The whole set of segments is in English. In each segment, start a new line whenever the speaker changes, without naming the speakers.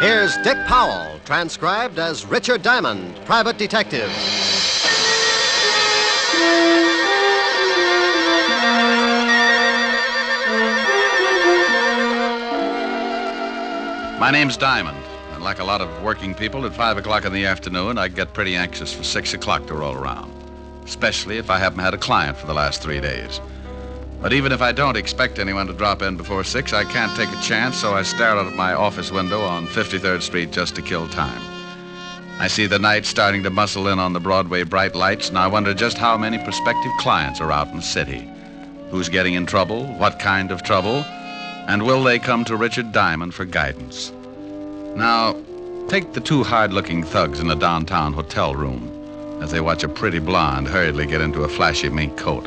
Here's Dick Powell, transcribed as Richard Diamond, private detective.
My name's Diamond, and like a lot of working people, at 5 o'clock in the afternoon, I get pretty anxious for 6 o'clock to roll around, especially if I haven't had a client for the last three days. But even if I don't expect anyone to drop in before 6, I can't take a chance, so I stare out of my office window on 53rd Street just to kill time. I see the night starting to muscle in on the Broadway bright lights, and I wonder just how many prospective clients are out in the city. Who's getting in trouble? What kind of trouble? And will they come to Richard Diamond for guidance? Now, take the two hard looking thugs in a downtown hotel room as they watch a pretty blonde hurriedly get into a flashy mink coat.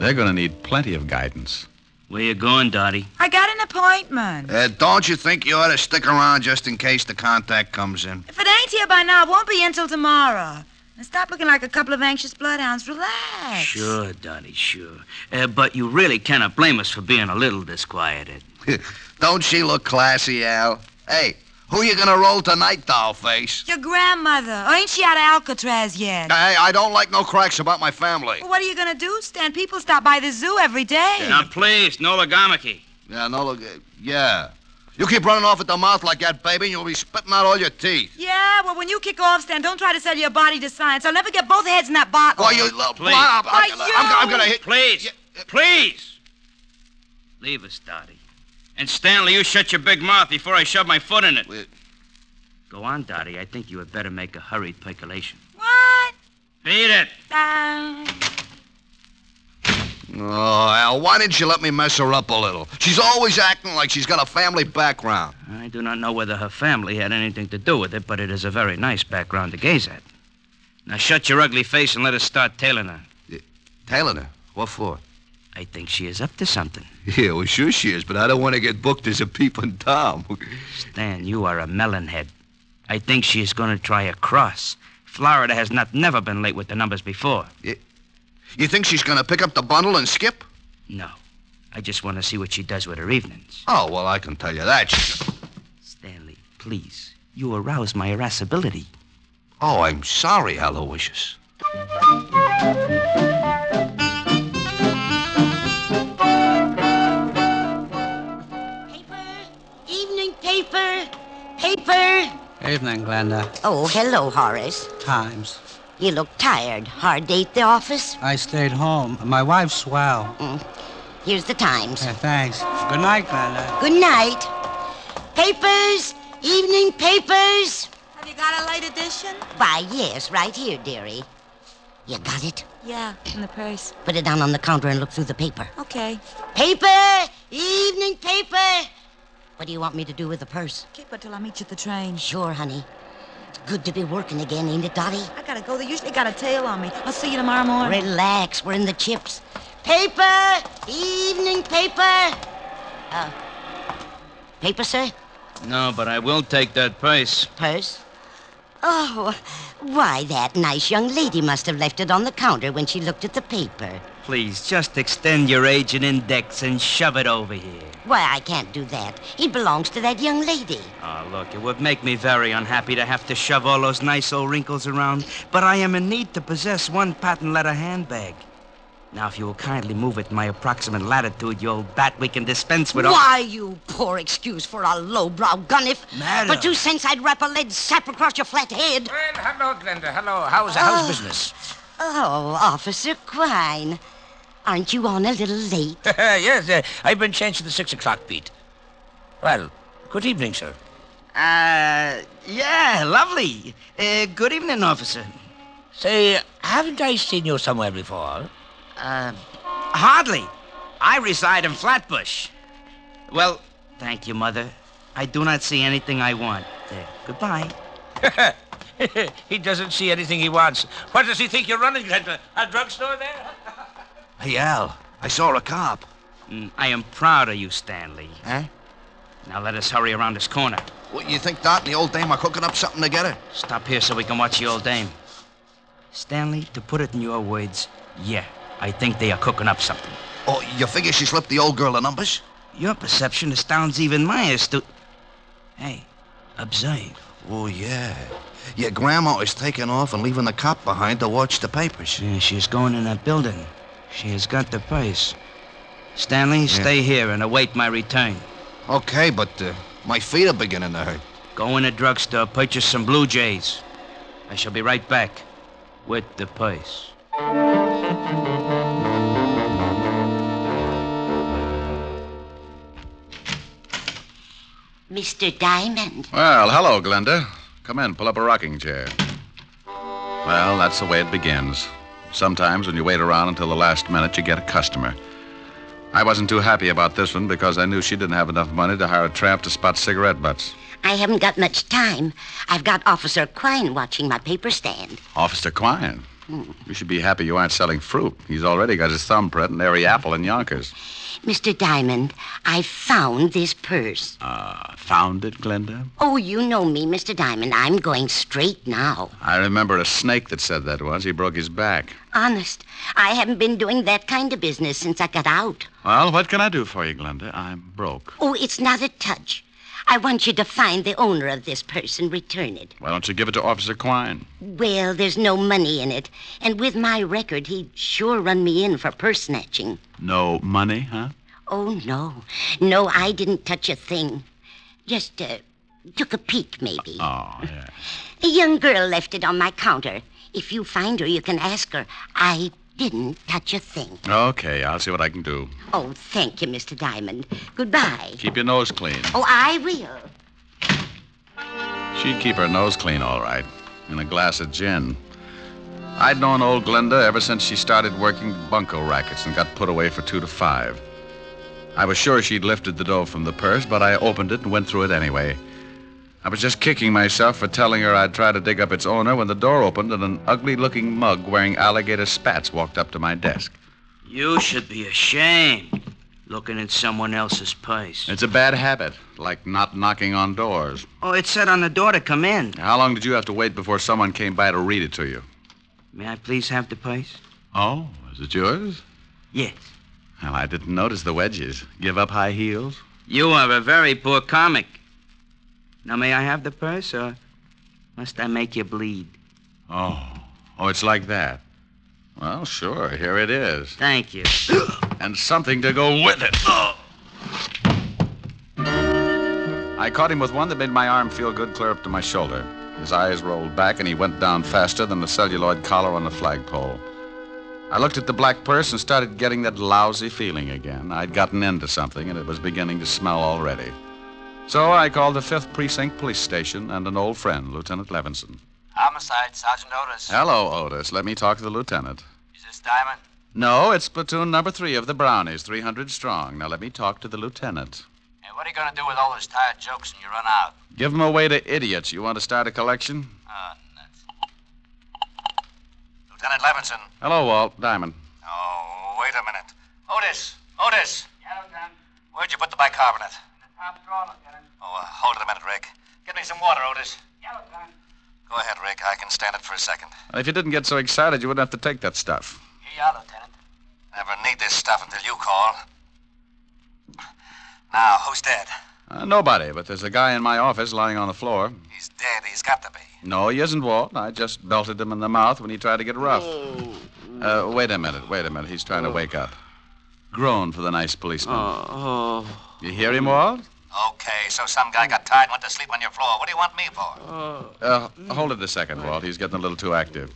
They're going to need plenty of guidance.
Where you going, Dottie?
I got an appointment.
Uh, don't you think you ought to stick around just in case the contact comes in?
If it ain't here by now, it won't be until tomorrow. Now stop looking like a couple of anxious bloodhounds. Relax.
Sure, Dottie, sure. Uh, but you really cannot blame us for being a little disquieted.
Don't she look classy, Al? Hey, who you gonna roll tonight, dollface?
Your grandmother. Or ain't she out of Alcatraz yet?
Hey, I don't like no cracks about my family.
Well, what are you gonna do, Stan? People stop by the zoo every day.
Now, please, no legamaki.
Yeah, no, look, uh, yeah. You keep running off at the mouth like that, baby, and you'll be spitting out all your teeth.
Yeah, well, when you kick off, Stan, don't try to sell your body to science. I'll never get both heads in that bottle.
Why, you little
Please.
blob.
Why,
Uh, I'm, gonna- I'm gonna- I'm
you-
gonna hit. uh,
Please, please. Leave us, Dottie. And Stanley, you shut your big mouth before I shove my foot in it.
Wait.
Go on, Dottie. I think you had better make a hurried calculation.
What?
Beat it.
Uh,
Oh, Al, why didn't you let me mess her up a little? She's always acting like she's got a family background.
I do not know whether her family had anything to do with it, but it is a very nice background to gaze at. Now shut your ugly face and let us start tailing her.
Tailing her. What for?
I think she is up to something.
Yeah, well, sure she is, but I don't want to get booked as a peeping Tom.
Stan, you are a melon head. I think she is going to try a cross. Florida has not never been late with the numbers before.
you think she's gonna pick up the bundle and skip?
No. I just want to see what she does with her evenings.
Oh, well, I can tell you that. She-
Stanley, please. You arouse my irascibility.
Oh, I'm sorry, Aloysius.
Paper, evening paper, paper.
Evening, Glenda.
Oh, hello, Horace.
Times.
You look tired. Hard day at the office?
I stayed home. My wife's swell.
Mm. Here's the Times.
Yeah, thanks. Good night, Glenda.
Good night. Papers, evening papers.
have you got a late edition?
Why, yes, right here, dearie. You got it?
Yeah, in the purse.
Put it down on the counter and look through the paper.
Okay.
Paper, evening paper. What do you want me to do with the purse?
Keep it till I meet you at the train.
Sure, honey. It's good to be working again, ain't it, Dottie?
I gotta go. They usually got a tail on me. I'll see you tomorrow morning.
Relax, we're in the chips. Paper! Evening paper! Uh, paper, sir?
No, but I will take that purse.
Purse? Oh, why, that nice young lady must have left it on the counter when she looked at the paper.
Please, just extend your age and index and shove it over here.
Why, I can't do that. It belongs to that young lady.
Oh, look, it would make me very unhappy to have to shove all those nice old wrinkles around, but I am in need to possess one patent leather handbag. Now, if you will kindly move it to my approximate latitude, you old bat, we can dispense with all.
Why, you poor excuse for a lowbrow gunniff.
Madam.
For two cents, I'd wrap a lead sap across your flat head.
Well, hello, Glenda. Hello. How's, how's
Ah.
business?
Oh, Officer Quine, aren't you on a little late?
yes, uh, I've been changed to the six o'clock beat. Well, good evening, sir.
Uh, yeah, lovely. Uh, good evening, officer.
Say, haven't I seen you somewhere before?
Uh, Hardly. I reside in Flatbush. Well, thank you, Mother. I do not see anything I want. There. Goodbye.
he doesn't see anything he wants. What does he think you're running, Glenda? A drugstore there?
Hey, Al, I saw a cop.
Mm, I am proud of you, Stanley.
Huh?
Now let us hurry around this corner.
What, you think Dot and the old dame are cooking up something together?
Stop here so we can watch the old dame. Stanley, to put it in your words, yeah, I think they are cooking up something.
Or Oh, you figure she slipped the old girl the numbers?
Your perception astounds even my astute. Hey, observe.
Oh, yeah. Your grandma is taking off and leaving the cop behind to watch the papers.
Yeah, she's going in that building. She has got the purse. Stanley, stay here and await my return.
Okay, but uh, my feet are beginning to hurt.
Go in a drugstore, purchase some Blue Jays. I shall be right back with the purse.
Mr. Diamond.
Well, hello, Glenda. Come in, pull up a rocking chair. Well, that's the way it begins. Sometimes when you wait around until the last minute, you get a customer. I wasn't too happy about this one because I knew she didn't have enough money to hire a tramp to spot cigarette butts.
I haven't got much time. I've got Officer Quine watching my paper stand.
Officer Quine. You should be happy you aren't selling fruit. He's already got his thumbprint and every apple in Yonkers.
Mr. Diamond, I found this purse.
Uh, found it, Glenda?
Oh, you know me, Mr. Diamond. I'm going straight now.
I remember a snake that said that once. He broke his back.
Honest, I haven't been doing that kind of business since I got out.
Well, what can I do for you, Glenda? I'm broke.
Oh, it's not a touch. I want you to find the owner of this purse and return it.
Why don't you give it to Officer Quine?
Well, there's no money in it, and with my record, he'd sure run me in for purse snatching.
No money, huh?
Oh, no. No, I didn't touch a thing. Just uh, took a peek, maybe.
Oh, yeah.
A young girl left it on my counter. If you find her, you can ask her. I didn't touch a thing.
Okay, I'll see what I can do.
Oh, thank you, Mr. Diamond. Goodbye.
Keep your nose clean.
Oh, I will.
She'd keep her nose clean, all right, and a glass of gin. I'd known old Glenda ever since she started working bunco rackets and got put away for two to five. I was sure she'd lifted the dough from the purse, but I opened it and went through it anyway. I was just kicking myself for telling her I'd try to dig up its owner when the door opened and an ugly looking mug wearing alligator spats walked up to my desk.
You should be ashamed looking at someone else's purse.
It's a bad habit, like not knocking on doors.
Oh, it said on the door to come in.
How long did you have to wait before someone came by to read it to you?
May I please have the purse?
Oh, is it yours?
Yes.
Well, I didn't notice the wedges. Give up high heels?
You are a very poor comic. Now, may I have the purse, or must I make you bleed?
Oh. Oh, it's like that. Well, sure, here it is.
Thank you.
And something to go with it. Oh. I caught him with one that made my arm feel good clear up to my shoulder. His eyes rolled back, and he went down faster than the celluloid collar on the flagpole. I looked at the black purse and started getting that lousy feeling again. I'd gotten into something, and it was beginning to smell already. So I called the 5th Precinct Police Station and an old friend, Lieutenant Levinson.
Homicide, Sergeant Otis.
Hello, Otis. Let me talk to the lieutenant.
Is this Diamond?
No, it's platoon number three of the Brownies, 300 strong. Now let me talk to the lieutenant.
Hey, what are you going to do with all those tired jokes when you run out?
Give 'em away to idiots. You want to start a collection?
Oh, nuts. Lieutenant Levinson.
Hello, Walt. Diamond.
Oh, wait a minute. Otis! Otis! Yeah, Lieutenant. Where'd you put the bicarbonate? In the top drawer, Lieutenant. Oh, uh, hold it a minute, Rick. Get me some water, Otis. Yeah, Lieutenant. Go ahead, Rick. I can stand it for a second.
If you didn't get so excited, you wouldn't have to take that stuff.
Here you are, Lieutenant. Never need this stuff until you call. Now, who's dead?
Uh, nobody, but there's a guy in my office lying on the floor.
He's dead. He's got to be.
No, he isn't, Walt. I just belted him in the mouth when he tried to get rough. Uh, wait a minute, wait a minute. He's
Oh.
trying to wake up. Groan for the nice policeman.
Oh,
You hear him, Walt?
Okay, so some guy got tired and went to sleep on your floor. What do you want me for?
Uh, hold it a second, Walt. He's getting a little too active.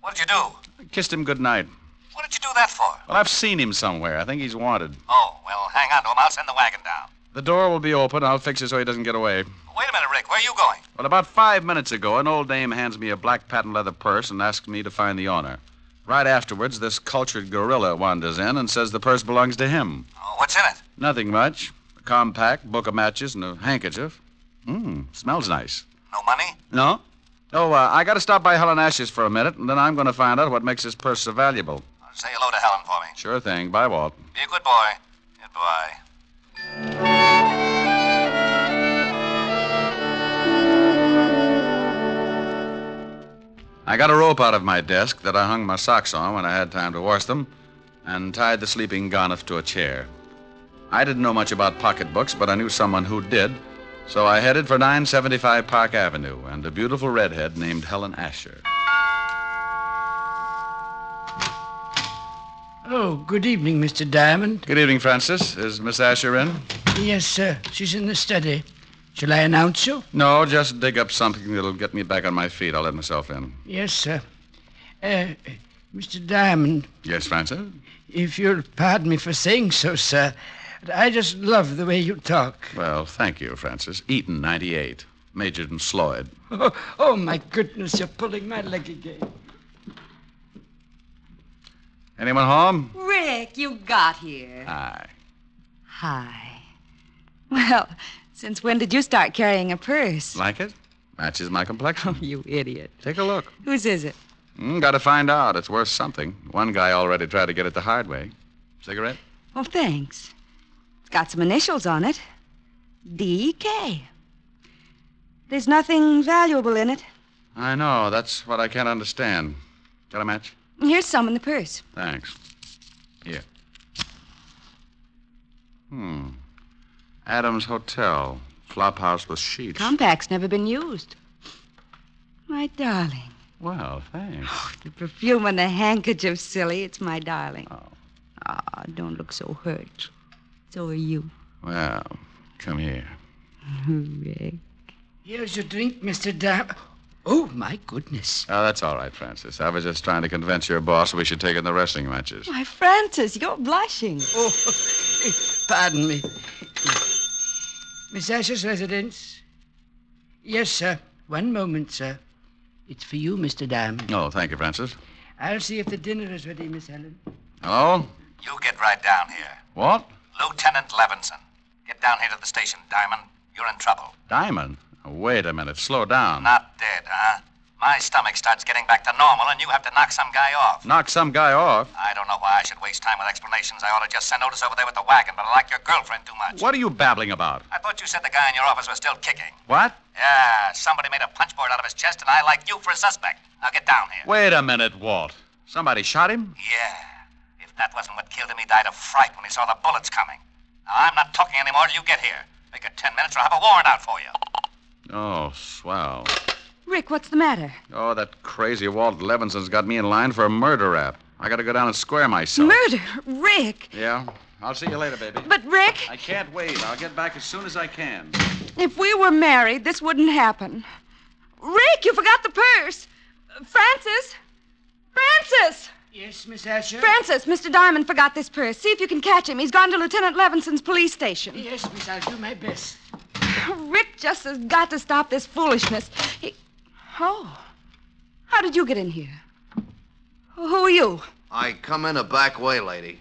What did you do?
Kissed him good night.
What did you do that for?
Well, I've seen him somewhere. I think he's wanted.
Oh, well, hang on to him. I'll send the wagon down.
The door will be open. I'll fix it so he doesn't get away.
Wait a minute, Rick. Where are you going?
Well, about five minutes ago, an old dame hands me a black patent leather purse and asks me to find the owner. Right afterwards, this cultured gorilla wanders in and says the purse belongs to him.
Oh, what's in it?
Nothing much. A compact, book of matches, and a handkerchief. Mmm, smells nice.
No money?
No? Oh, uh, I gotta stop by Helen Ashes for a minute, and then I'm gonna find out what makes this purse so valuable.
Say hello to Helen for me.
Sure thing. Bye, Walt.
Be a good boy. Goodbye.
I got a rope out of my desk that I hung my socks on when I had time to wash them and tied the sleeping Ganef to a chair. I didn't know much about pocketbooks, but I knew someone who did, so I headed for 975 Park Avenue and a beautiful redhead named Helen Asher.
Oh, good evening, Mr. Diamond.
Good evening, Francis. Is Miss Asher in?
Yes, sir. She's in the study. Shall I announce you?
No, just dig up something that'll get me back on my feet. I'll let myself in.
Yes, sir. Uh, Mr. Diamond,
Yes, Francis?
if you'll pardon me for saying so, sir, but I just love the way you talk.
Well, thank you, Francis. Eaton, 98. Majored in Sloyd.
Oh, oh my goodness, you're pulling my leg again.
Anyone home?
Rick, you got here.
Aye.
Hi. Well, since when did you start carrying a purse?
Like it? Matches my complexion.
Oh, you idiot.
Take a look.
Whose is it?
Mm, gotta find out. It's worth something. One guy already tried to get it the hard way. Cigarette?
Oh, thanks. It's got some initials on it D.K. There's nothing valuable in it.
I know. That's what I can't understand. Got a match?
Here's some in the purse.
Thanks. Here. Hmm. Adams Hotel. Flophouse with sheets.
Compact's never been used. My darling. Oh,
Well, thanks.
The perfume and the handkerchief, silly. It's my darling. Oh. Ah, don't look so hurt. So are you.
Well, come here.
Rick.
Here's your drink, Mr. Diamond. Oh, my goodness.
Oh, that's all right, Francis. I was just trying to convince your boss we should take in the wrestling matches.
Why, Francis, you're blushing.
Oh, pardon me. Miss Asher's residence? Yes, sir. One moment, sir. It's for you, Mr. Diamond.
Oh, thank you, Francis.
I'll see if the dinner is ready, Miss Helen.
Hello?
You get right down here.
What?
Lieutenant Levinson. Get down here to the station, Diamond. You're in trouble.
Diamond? Wait a minute. Slow down.
Not dead, huh? My stomach starts getting back to normal, and you have to knock some guy off.
Knock some guy off.
I don't know why I should waste time with explanations. I ought to just send Otis over there with the wagon, but I like your girlfriend too much.
What are you babbling about?
I thought you said the guy in your office was still kicking.
What?
Yeah, somebody made a punchboard out of his chest, and I like you for a suspect. Now get down here.
Wait a minute, Walt. Somebody shot him?
Yeah. If that wasn't what killed him, he died of fright when he saw the bullets coming. Now, I'm not talking anymore till you get here. Make it ten minutes, or I'll have a warrant out for you.
Oh, swell.
Rick, what's the matter?
Oh, that crazy Walt Levinson's got me in line for a murder rap. I gotta go down and square myself.
Murder, Rick.
Yeah? I'll see you later, baby.
But Rick,
I can't wait. I'll get back as soon as I can.
if we were married, this wouldn't happen. Rick, you forgot the purse. Francis, Francis,
Yes, Miss Asher?
Francis. Mr. Diamond forgot this purse. See if you can catch him. He's gone to Lieutenant Levinson's police station.
Yes, Miss, I'll do my best.
Rick just has got to stop this foolishness. He. Oh. How did you get in here? Who are you?
I come in a back way, lady.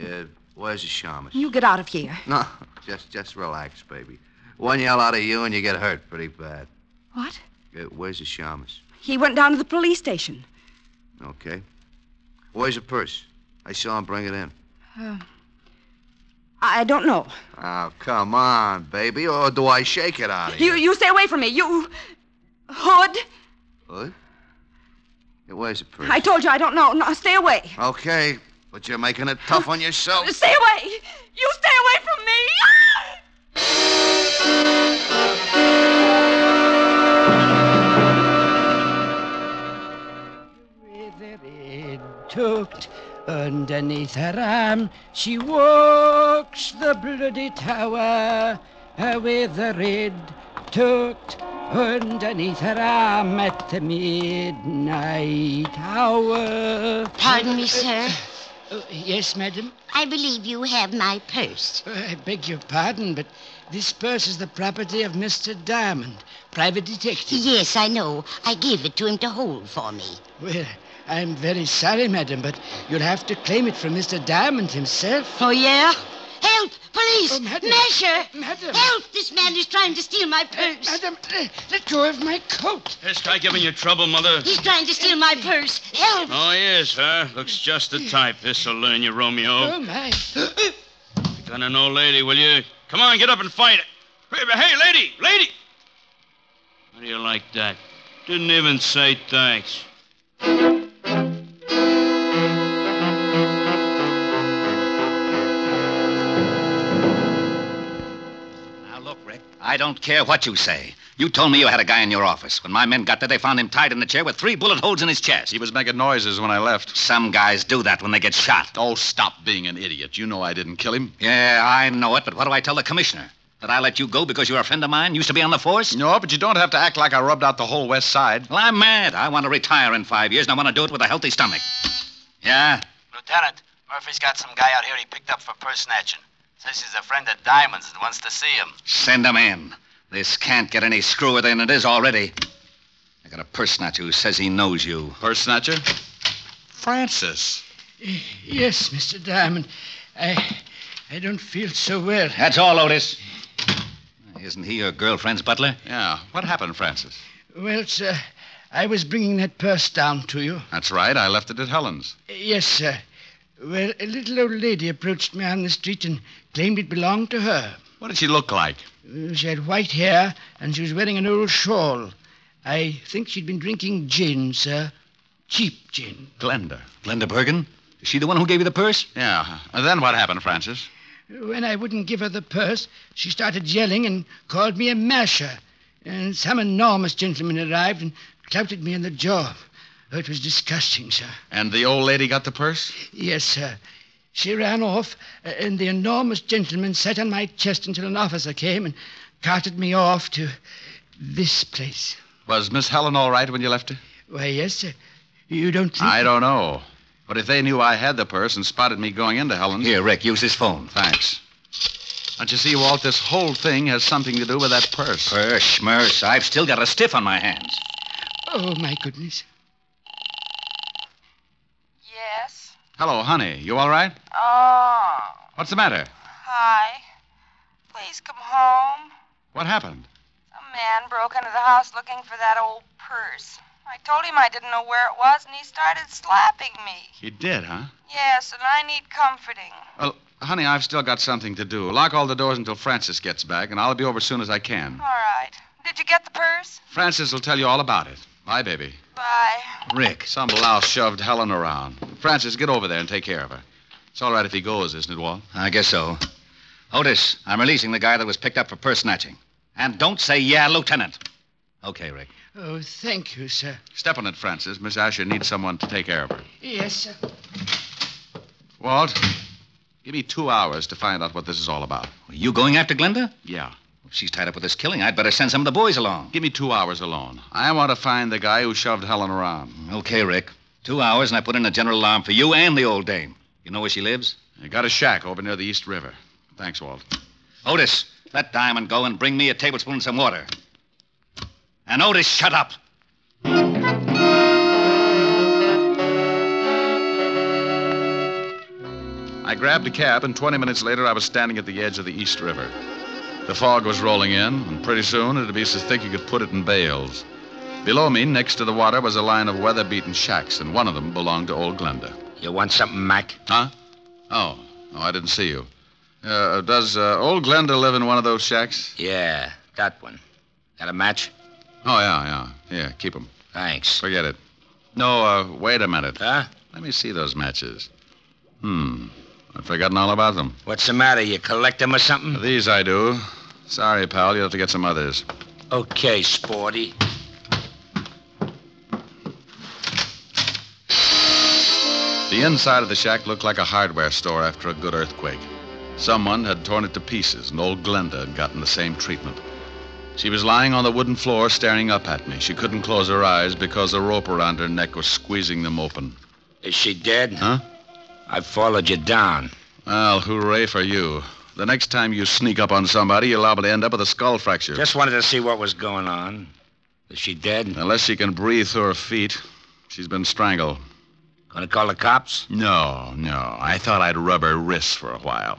Uh, where's the shamus?
You get out of here.
No, just just relax, baby. One yell out of you and you get hurt pretty bad.
What?
Uh, where's the shamus?
He went down to the police station.
Okay. Where's the purse? I saw him bring it in.
Oh,
Uh, I don't know.
Oh, come on, baby, or do I shake it out of
You, you stay away from me. You. Hood.
What? Yeah, Where's the purse?
I told you I don't know. No, stay away.
Okay, but you're making it tough on yourself.
Stay away. You stay away from me.
With her head tucked underneath her arm, she walks the bloody tower. Her With her head tucked underneath her arm at the midnight hour.
Pardon me, sir.
Oh, yes, madam.
I believe you have my purse.
Uh, I beg your pardon, but this purse is the property of Mr. Diamond, private detective.
Yes, I know. I gave it to him to hold for me.
Well, I'm very sorry, madam, but you'll have to claim it from Mr. Diamond himself.
Oh, yeah? Help! Police!
Oh, madam.
Measure!
Madam.
Help! This man is trying to steal my purse.
Madam, uh, let go of my coat.
This guy giving you trouble, Mother?
He's trying to steal my purse. Help!
Oh, he is, huh? Looks just the type. This'll learn you, Romeo.
Oh, my.
Gun an old lady, will you? Come on, get up and fight it. Hey, lady, lady! How do you like that? Didn't even say thanks.
I don't care what you say. You told me you had a guy in your office. When my men got there, they found him tied in the chair with three bullet holes in his chest. He
was making noises when I left.
Some guys do that when they get shot.
Oh, stop being an idiot. You know I didn't kill him.
Yeah, I know it, but what do I tell the commissioner? That I let you go because you're a friend of mine? Used to be on the force?
No, but you don't have to act like I rubbed out the whole West Side.
Well, I'm mad. I want to retire in five years, and I want to do it with a healthy stomach. Yeah?
Lieutenant, Murphy's got some guy out here he picked up for purse snatching. Says he's a friend of Diamond's and wants to see him.
Send him in. This can't get any screwier than it is already. I got a purse snatcher who says he knows you.
Purse snatcher? Francis.
Yes, Mr. Diamond. I I don't feel so well.
That's all, Otis. Isn't he your girlfriend's butler?
Yeah. What happened, Francis?
Well, sir, I was bringing that purse down to you.
That's right. I left it at Helen's.
Yes, sir. Well, a little old lady approached me on the street and claimed it belonged to her.
What did she look like?
Uh, She had white hair and she was wearing an old shawl. I think she'd been drinking gin, sir. Cheap gin.
Glenda.
Glenda Bergen? Is she the one who gave you the purse?
Yeah. And then what happened, Francis?
When I wouldn't give her the purse, she started yelling and called me a masher. And some enormous gentleman arrived and clouted me in the jaw. Oh, it was disgusting, sir.
And the old lady got the purse?
Yes, sir. She ran off, uh, and the enormous gentleman sat on my chest until an officer came and carted me off to this place.
Was Miss Helen all right when you left her?
Why, yes, sir. You don't think.
I don't know. But if they knew I had the purse and spotted me going into Helen's.
Here, Rick, use this phone.
Thanks. Don't you see, Walt, this whole thing has something to do with that purse.
Purse, schmurse. I've still got a stiff on my hands.
Oh, my goodness.
Yes.
Hello, honey. You all right?
Oh,
What's the matter?
hi. Please come home.
What happened?
A man broke into the house looking for that old purse. I told him I didn't know where it was, and he started slapping me.
You did, huh?
Yes, and I need comforting.
Well, honey, I've still got something to do. Lock all the doors until Francis gets back, and I'll be over as soon as I can.
All right. Did you get the purse?
Francis will tell you all about it. Bye, baby.
Bye.
Rick. Some louse shoved Helen around. Francis, get over there and take care of her. It's all right if he goes, isn't it, Walt?
I guess so. Otis, I'm releasing the guy that was picked up for purse snatching. And don't say, yeah, Lieutenant. Okay, Rick.
Oh, thank you, sir.
Step on it, Francis. Miss Asher needs someone to take care of her.
Yes, sir.
Walt, give me two hours to find out what this is all about.
Are you going after Glenda?
Yeah.
If she's tied up with this killing, I'd better send some of the boys along.
Give me two hours alone. I want to find the guy who shoved Helen around.
Okay, Rick. Two hours, and I put in a general alarm for you and the old dame. You know where she lives?
I got a shack over near the East River. Thanks, Walt.
Otis, let Diamond go and bring me a tablespoon and some water. And Otis, shut up.
I grabbed a cab, and 20 minutes later, I was standing at the edge of the East River. The fog was rolling in, and pretty soon it'd be so thick you could put it in bales. Below me, next to the water, was a line of weather beaten shacks, and one of them belonged to old Glenda.
You want something, Mac?
Huh? Oh, oh, I didn't see you. Uh, does uh, old Glenda live in one of those shacks?
Yeah, that one. Got a match?
Oh, yeah, yeah. Yeah, keep 'em.
Thanks.
Forget it. No, uh, wait a minute.
Huh?
Let me see those matches. Hmm. I've forgotten all about them.
What's the matter? You collect them or something?
These I do. Sorry, pal. You'll have to get some others.
Okay, Sporty.
The inside of the shack looked like a hardware store after a good earthquake. Someone had torn it to pieces, and old Glenda had gotten the same treatment. She was lying on the wooden floor staring up at me. She couldn't close her eyes because the rope around her neck was squeezing them open.
Is she dead?
Huh?
I followed you down.
Well, hooray for you. The next time you sneak up on somebody, you're liable to end up with a skull fracture.
Just wanted to see what was going on. Is she dead?
Unless she can breathe through her feet, she's been strangled.
Gonna call the cops?
No, no. I thought I'd rub her wrists for a while.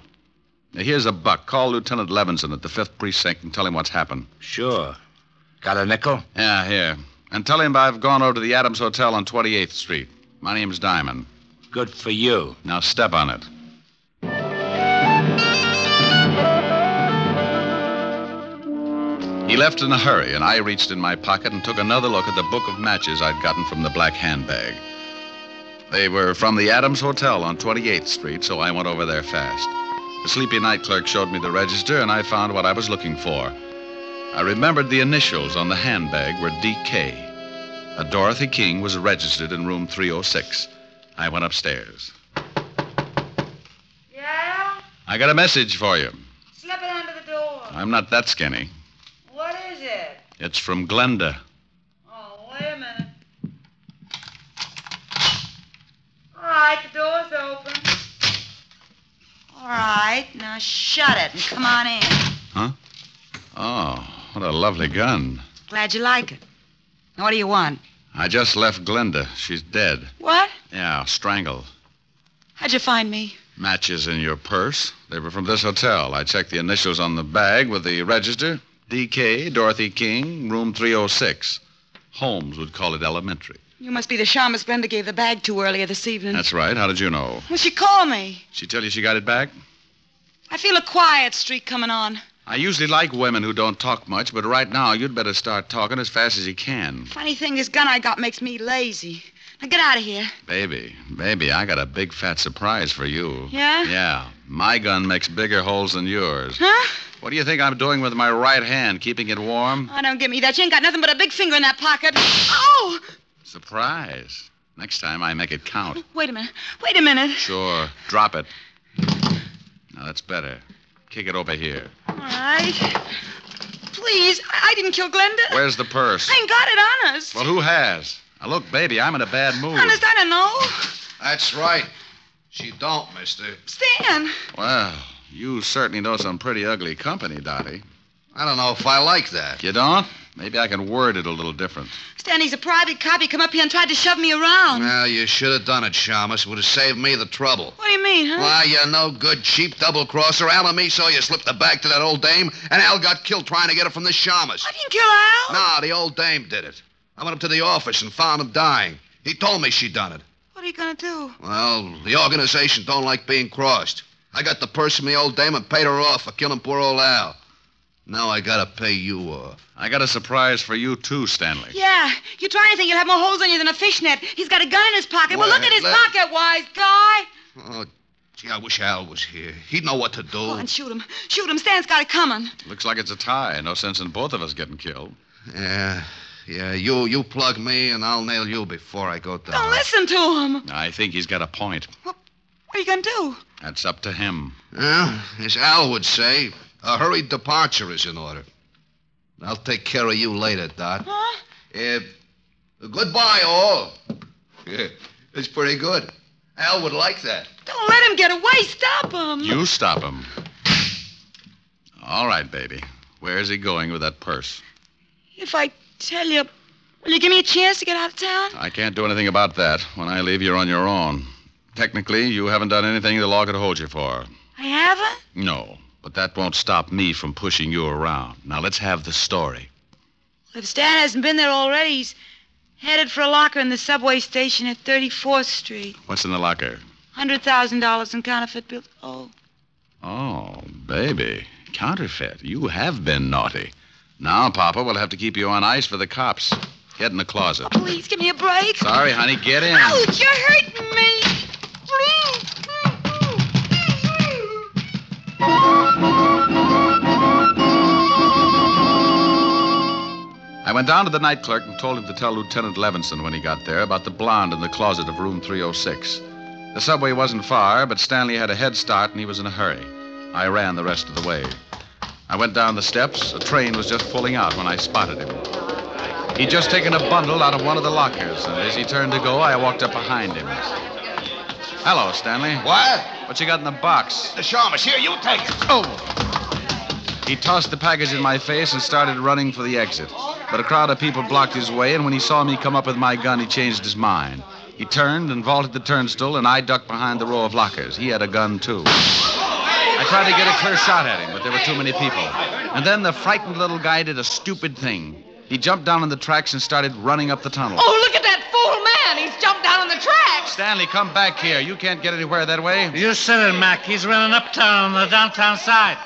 Now, here's a buck. Call Lieutenant Levinson at the 5th Precinct and tell him what's happened.
Sure. Got a nickel?
Yeah, here. And tell him I've gone over to the Adams Hotel on 28th Street. My name's Diamond.
Good for you.
Now step on it. He left in a hurry, and I reached in my pocket and took another look at the book of matches I'd gotten from the black handbag. They were from the Adams Hotel on 28th Street, so I went over there fast. The sleepy night clerk showed me the register, and I found what I was looking for. I remembered the initials on the handbag were DK. A Dorothy King was registered in room 306. I went upstairs.
Yeah?
I got a message for you.
Slip it under the door.
I'm not that skinny.
What is it?
It's from Glenda.
Oh, wait a minute. All right, the door's open. All right, now shut it and come on in.
Oh, what a lovely gun.
Glad you like it. Now, what do you want?
I just left Glenda. She's dead.
What?
Yeah, strangled.
How'd you find me?
Matches in your purse. They were from this hotel. I checked the initials on the bag with the register. DK, Dorothy King, room 306. Holmes would call it elementary.
You must be the shamus Brenda gave the bag to earlier this evening.
That's right. How did you know?
Well, she called me.
She tell you she got it back?
I feel a quiet streak coming on.
I usually like women who don't talk much, but right now you'd better start talking as fast as you can.
Funny thing, this gun I got makes me lazy. Now get out of here.
Baby, baby, I got a big fat surprise for you.
Yeah?
Yeah. My gun makes bigger holes than yours.
Huh?
What do you think I'm doing with my right hand? Keeping it warm?
Oh, don't give me that. You ain't got nothing but a big finger in that pocket. Oh!
Surprise. Next time I make it count.
Wait a minute. Wait a minute.
Sure. Drop it. Now that's better. Kick it over here.
All right. Please, I, I didn't kill Glenda.
Where's the purse?
I ain't got it, honest.
Well, who has? Now look, baby, I'm in a bad
Oh.
mood.
Honest, I don't know.
That's right. She don't, mister.
Stan.
Well, you certainly know some pretty ugly company, Dottie.
I don't know if I like that.
You don't? Maybe I can word it a little different.
Stan, he's a private cop. He come up here and tried to shove me around.
Well, you should have done it, Shamus. Would have saved me the trouble.
What do you mean, huh?
Why, you no good cheap double crosser. Al and me saw you slip the bag to that old dame, and Al got killed trying to get it from the Shamus.
I didn't kill Al.
Nah, the old dame did it. I went up to the office and found him dying. He told me she done it.
What are you going to do?
Well, the organization don't like being crossed. I got the purse from the old dame and paid her off for killing poor old Al. Now I gotta pay you off.
I got a surprise for you, too, Stanley.
Yeah. You try anything, you'll have more holes in you than a fishnet. He's got a gun in his pocket. well,
Wait,
look at his
let-
pocket, wise guy.
Oh, gee, I wish Al was here. He'd know what to do.
Go on, shoot him. Shoot him. Stan's got it coming.
Looks like it's a tie. No sense in both of us getting killed.
Yeah, yeah. You you plug me, and I'll nail you before I go down.
Don't listen to him. What
I think he's got a point.
are you going to do?
That's up to him.
Well, as Al would say, a hurried departure is in order. I'll take care of you later, Dot.
Huh?
Eh, goodbye, all. Yeah, it's pretty good. Al would like that.
Don't let him get away. Stop him.
You stop him. All right, baby. Where is he going with that purse?
If I tell you, will you give me a chance to get out of town?
I can't do anything about that. When I leave, you're on your own. Technically, you haven't done anything the law could hold you for.
I haven't.
No, but that won't stop me from pushing you around. Now let's have the story.
If Stan hasn't been there already, he's headed for a locker in the subway station at 34th Street.
What's in the locker?
$100,000 in counterfeit bills. Oh.
Oh, baby. Counterfeit. You have been naughty. Now, Papa, we'll have to keep you on ice for the cops. Get in the closet.
Please give me a break.
Sorry, honey. Get in.
Ouch, you're hurting me. Please.
I went down to the night clerk and told him to tell Lieutenant Levinson when he got there about the blonde in the closet of room 306. The subway wasn't far, but Stanley had a head start and he was in a hurry. I ran the rest of the way. I went down the steps. A train was just pulling out when I spotted him. He'd just taken a bundle out of one of the lockers, and as he turned to go, I walked up behind him. Hello, Stanley. What? What you got in the box? The Shamus. Here, you take it. Oh! He tossed the package in my face and started running for the exit. But a crowd of people blocked his way, and when he saw me come up with my gun, he changed his mind. He turned and vaulted the turnstile, and I ducked behind the row of lockers. He had a gun, too. I tried to get a clear shot at him, but there were too many people. And then the frightened little guy did a stupid thing. He jumped down on the tracks and started running up the tunnel.
Oh, look at that fool man. He's jumped down on the tracks.
Stanley, come back here. You can't get anywhere that way.
You said it, Mac. He's running uptown on the downtown side.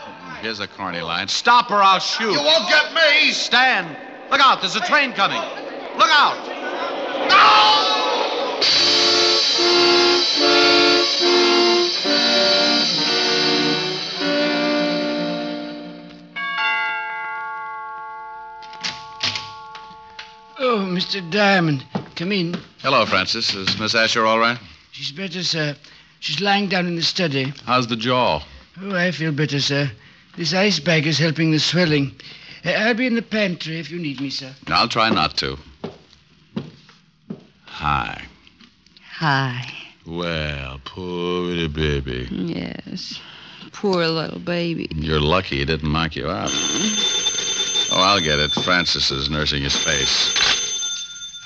Here's a corny line. Stop or I'll shoot.
You won't get me.
Stand. Look out. There's a train coming. Look out.
Oh, Mr. Diamond, come in.
Hello, Francis. Is Miss Asher all right?
She's better, sir. She's lying down in the study.
How's the jaw?
Oh, I feel better, sir. This ice bag is helping the swelling. Uh, I'll be in the pantry if you need me, sir.
I'll try not to. Hi.
Hi.
Well, poor little baby.
Yes. Poor little baby.
You're lucky he didn't knock you out. Oh, I'll get it. Francis is nursing his face.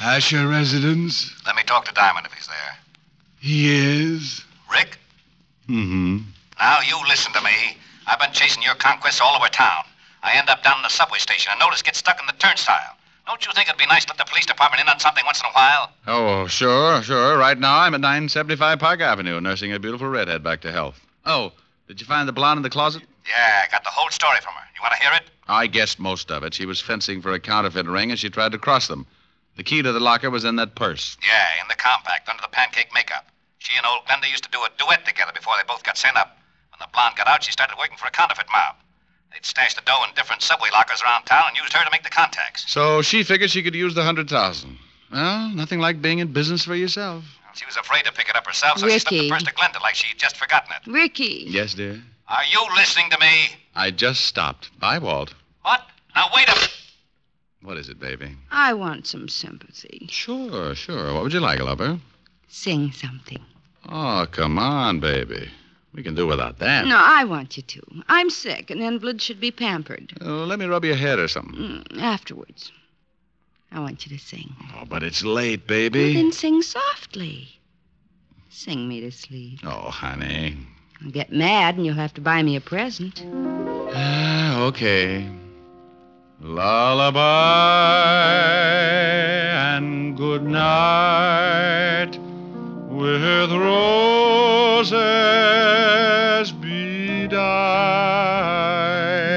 Asher residence?
Let me talk to Diamond if he's there.
He is.
Rick,
Hmm?
Mm-hmm.
now you listen to me. I've been chasing your conquests all over town. I end up down in the subway station. A notice gets stuck in the turnstile. Don't you think it'd be nice to let the police department in on something once in a while?
Oh, sure, sure. Right now I'm at 975 Park Avenue, nursing a beautiful redhead back to health. Oh, did you find the blonde in the closet?
Yeah, I got the whole story from her. You want to hear it?
I guessed most of it. She was fencing for a counterfeit ring and she tried to cross them. The key to the locker was in that purse.
Yeah, in the compact, under the pancake makeup. She and old Glenda used to do a duet together before they both got sent up. When the blonde got out, she started working for a counterfeit mob. They'd stashed the dough in different subway lockers around town and used her to make the contacts.
So she figured she could use the 100,000. Well, nothing like being in business for yourself.
She was afraid to pick it up herself, so she stuck
Ricky.
the purse to Glenda like she'd just forgotten it.
Ricky.
Yes, dear.
Are you listening to me?
I just stopped. Bye, Walt.
What? Now wait a
What is it, baby?
I want some sympathy.
Sure, sure. What would you like, lover?
Sing something.
Oh, come on, baby. We can do without that.
No, I want you to. I'm sick. An invalid should be pampered.
Oh, let me rub your head or something.
Mm, Afterwards. I want you to sing.
Oh, but it's late,
Well,
baby.
then sing softly. Sing me to sleep.
Oh, honey.
I'll get mad and you'll have to buy me a present.
Ah, okay. Lullaby and good night with roses bedight.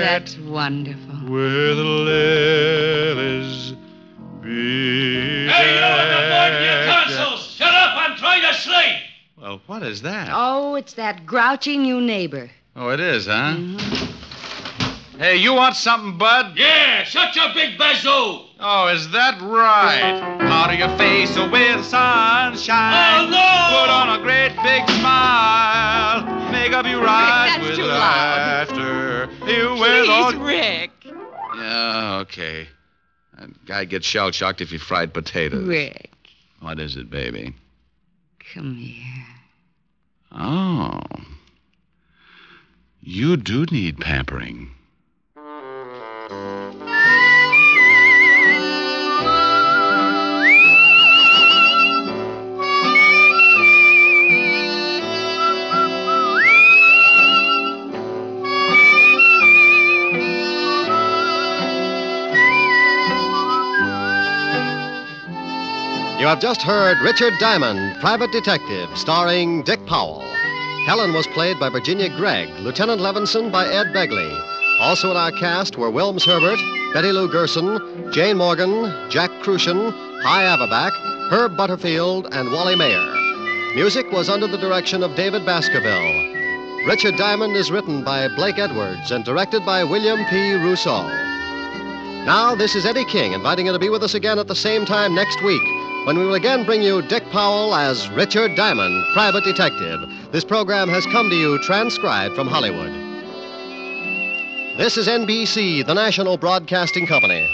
That's wonderful.
With lilies be. Hey, you and the
Consuls, shut up! I'm trying to sleep.
Well, what is that?
Oh, it's that grouchy new neighbor.
Oh, it is, huh? Hey, you want something, bud?
Yeah, shut your big bazoo.
Oh, is that right? Out of your face with sunshine.
Oh, no!
Put on a great big smile. Make up your eyes with laughter. You will all-
Rick.
Yeah, okay. That guy gets shell shocked if you fried potatoes.
Rick,
What is it, baby?
come here.
Oh. You do need pampering.
You have just heard Richard Diamond, Private Detective, starring Dick Powell. Helen was played by Virginia Gregg, Lieutenant Levinson by Ed Begley. Also in our cast were Wilms Herbert, Betty Lou Gerson, Jane Morgan, Jack Crucian, Hi Avabak, Herb Butterfield, and Wally Mayer. Music was under the direction of David Baskerville. Richard Diamond is written by Blake Edwards and directed by William P. Rousseau. Now, this is Eddie King inviting you to be with us again at the same time next week when we will again bring you Dick Powell as Richard Diamond, Private Detective. This program has come to you transcribed from Hollywood. This is NBC, the national broadcasting company.